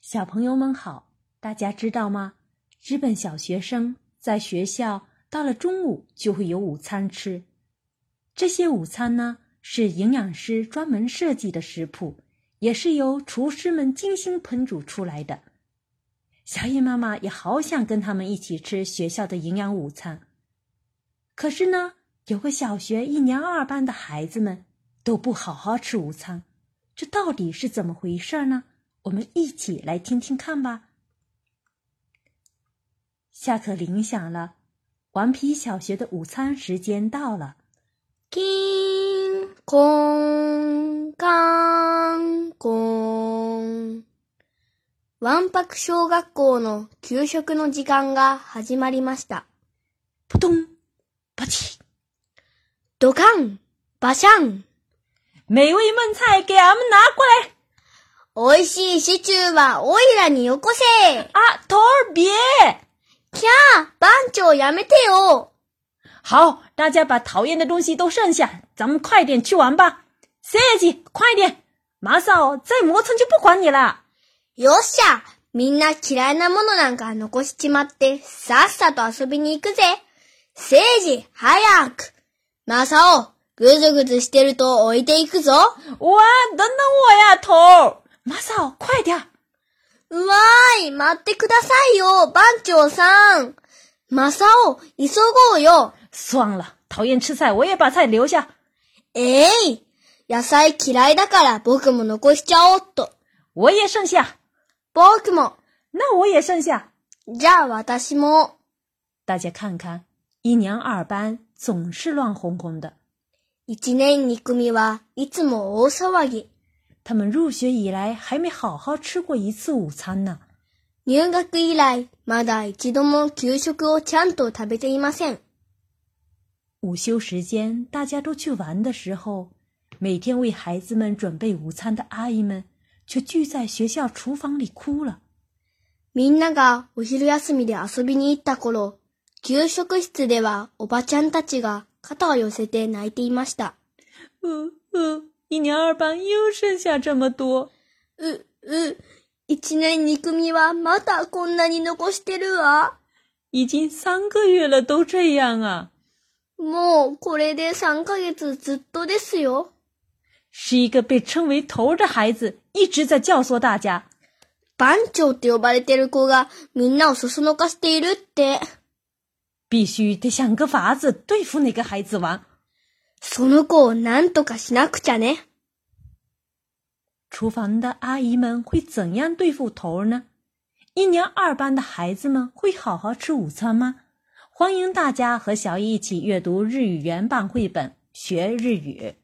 小朋友们好，大家知道吗？日本小学生在学校到了中午就会有午餐吃，这些午餐呢是营养师专门设计的食谱，也是由厨师们精心烹煮出来的。小野妈妈也好想跟他们一起吃学校的营养午餐，可是呢，有个小学一年二班的孩子们都不好好吃午餐，这到底是怎么回事呢？我们一起来听听看吧。下课铃响了，顽皮小学的午餐时间到了。金空観光わんぱく小学校の給食の時間が始まりました。扑通，吧唧，ドカンバシャン美味焖菜给俺们拿过来！美味しいシチューはオイラによこせ啊，头儿别！キャー番長やめてよ好，大家把讨厌的东西都剩下，咱们快点去玩吧。塞吉，快点！马嫂再磨蹭就不管你了。よっしゃみんな嫌いなものなんか残しちまって、さっさと遊びに行くぜセイジ、早くマサオ、ぐずぐずしてると置いていくぞ哇，等等我呀，头儿！马嫂，快点儿！うわーい、待ってくださいよ、番長さん。マサオ、急ごうよ。算了，讨厌吃菜，我也把菜留下。ええい。野菜嫌いだから僕も残しちゃおうっと。我也剩下，僕も。那我也剩下。じゃあ私も。大家看看，一年二班总是乱哄哄的。一年二組はいつも大騒ぎ。他们入学以来还没好好吃过一次午餐呢。入学以来、まだ一度も給食をちゃんと食べていません。午休时间大家都去玩的时候，每天为孩子们准备午餐的阿姨们却聚在学校厨房里哭了。みんながお昼休みで遊びに行った頃、給食室ではおばちゃんたちが肩を寄せて泣いていました。嗯嗯，一年二班又剩下这么多。う、う、一年二組はまたこんなに残してるわ。已经三个月了，都这样啊！もうこれで3ヶ月ずっとですよ。是一个被称为“头”的孩子一直在教唆大家。番長って呼ばれてる子がみんなをそそのかしているって。必须得想个法子对付那个孩子王。その子をなんとかしなくちゃね。厨房的阿姨们会怎样对付头儿呢？一年二班的孩子们会好好吃午餐吗？欢迎大家和小易一起阅读日语原版绘本，学日语。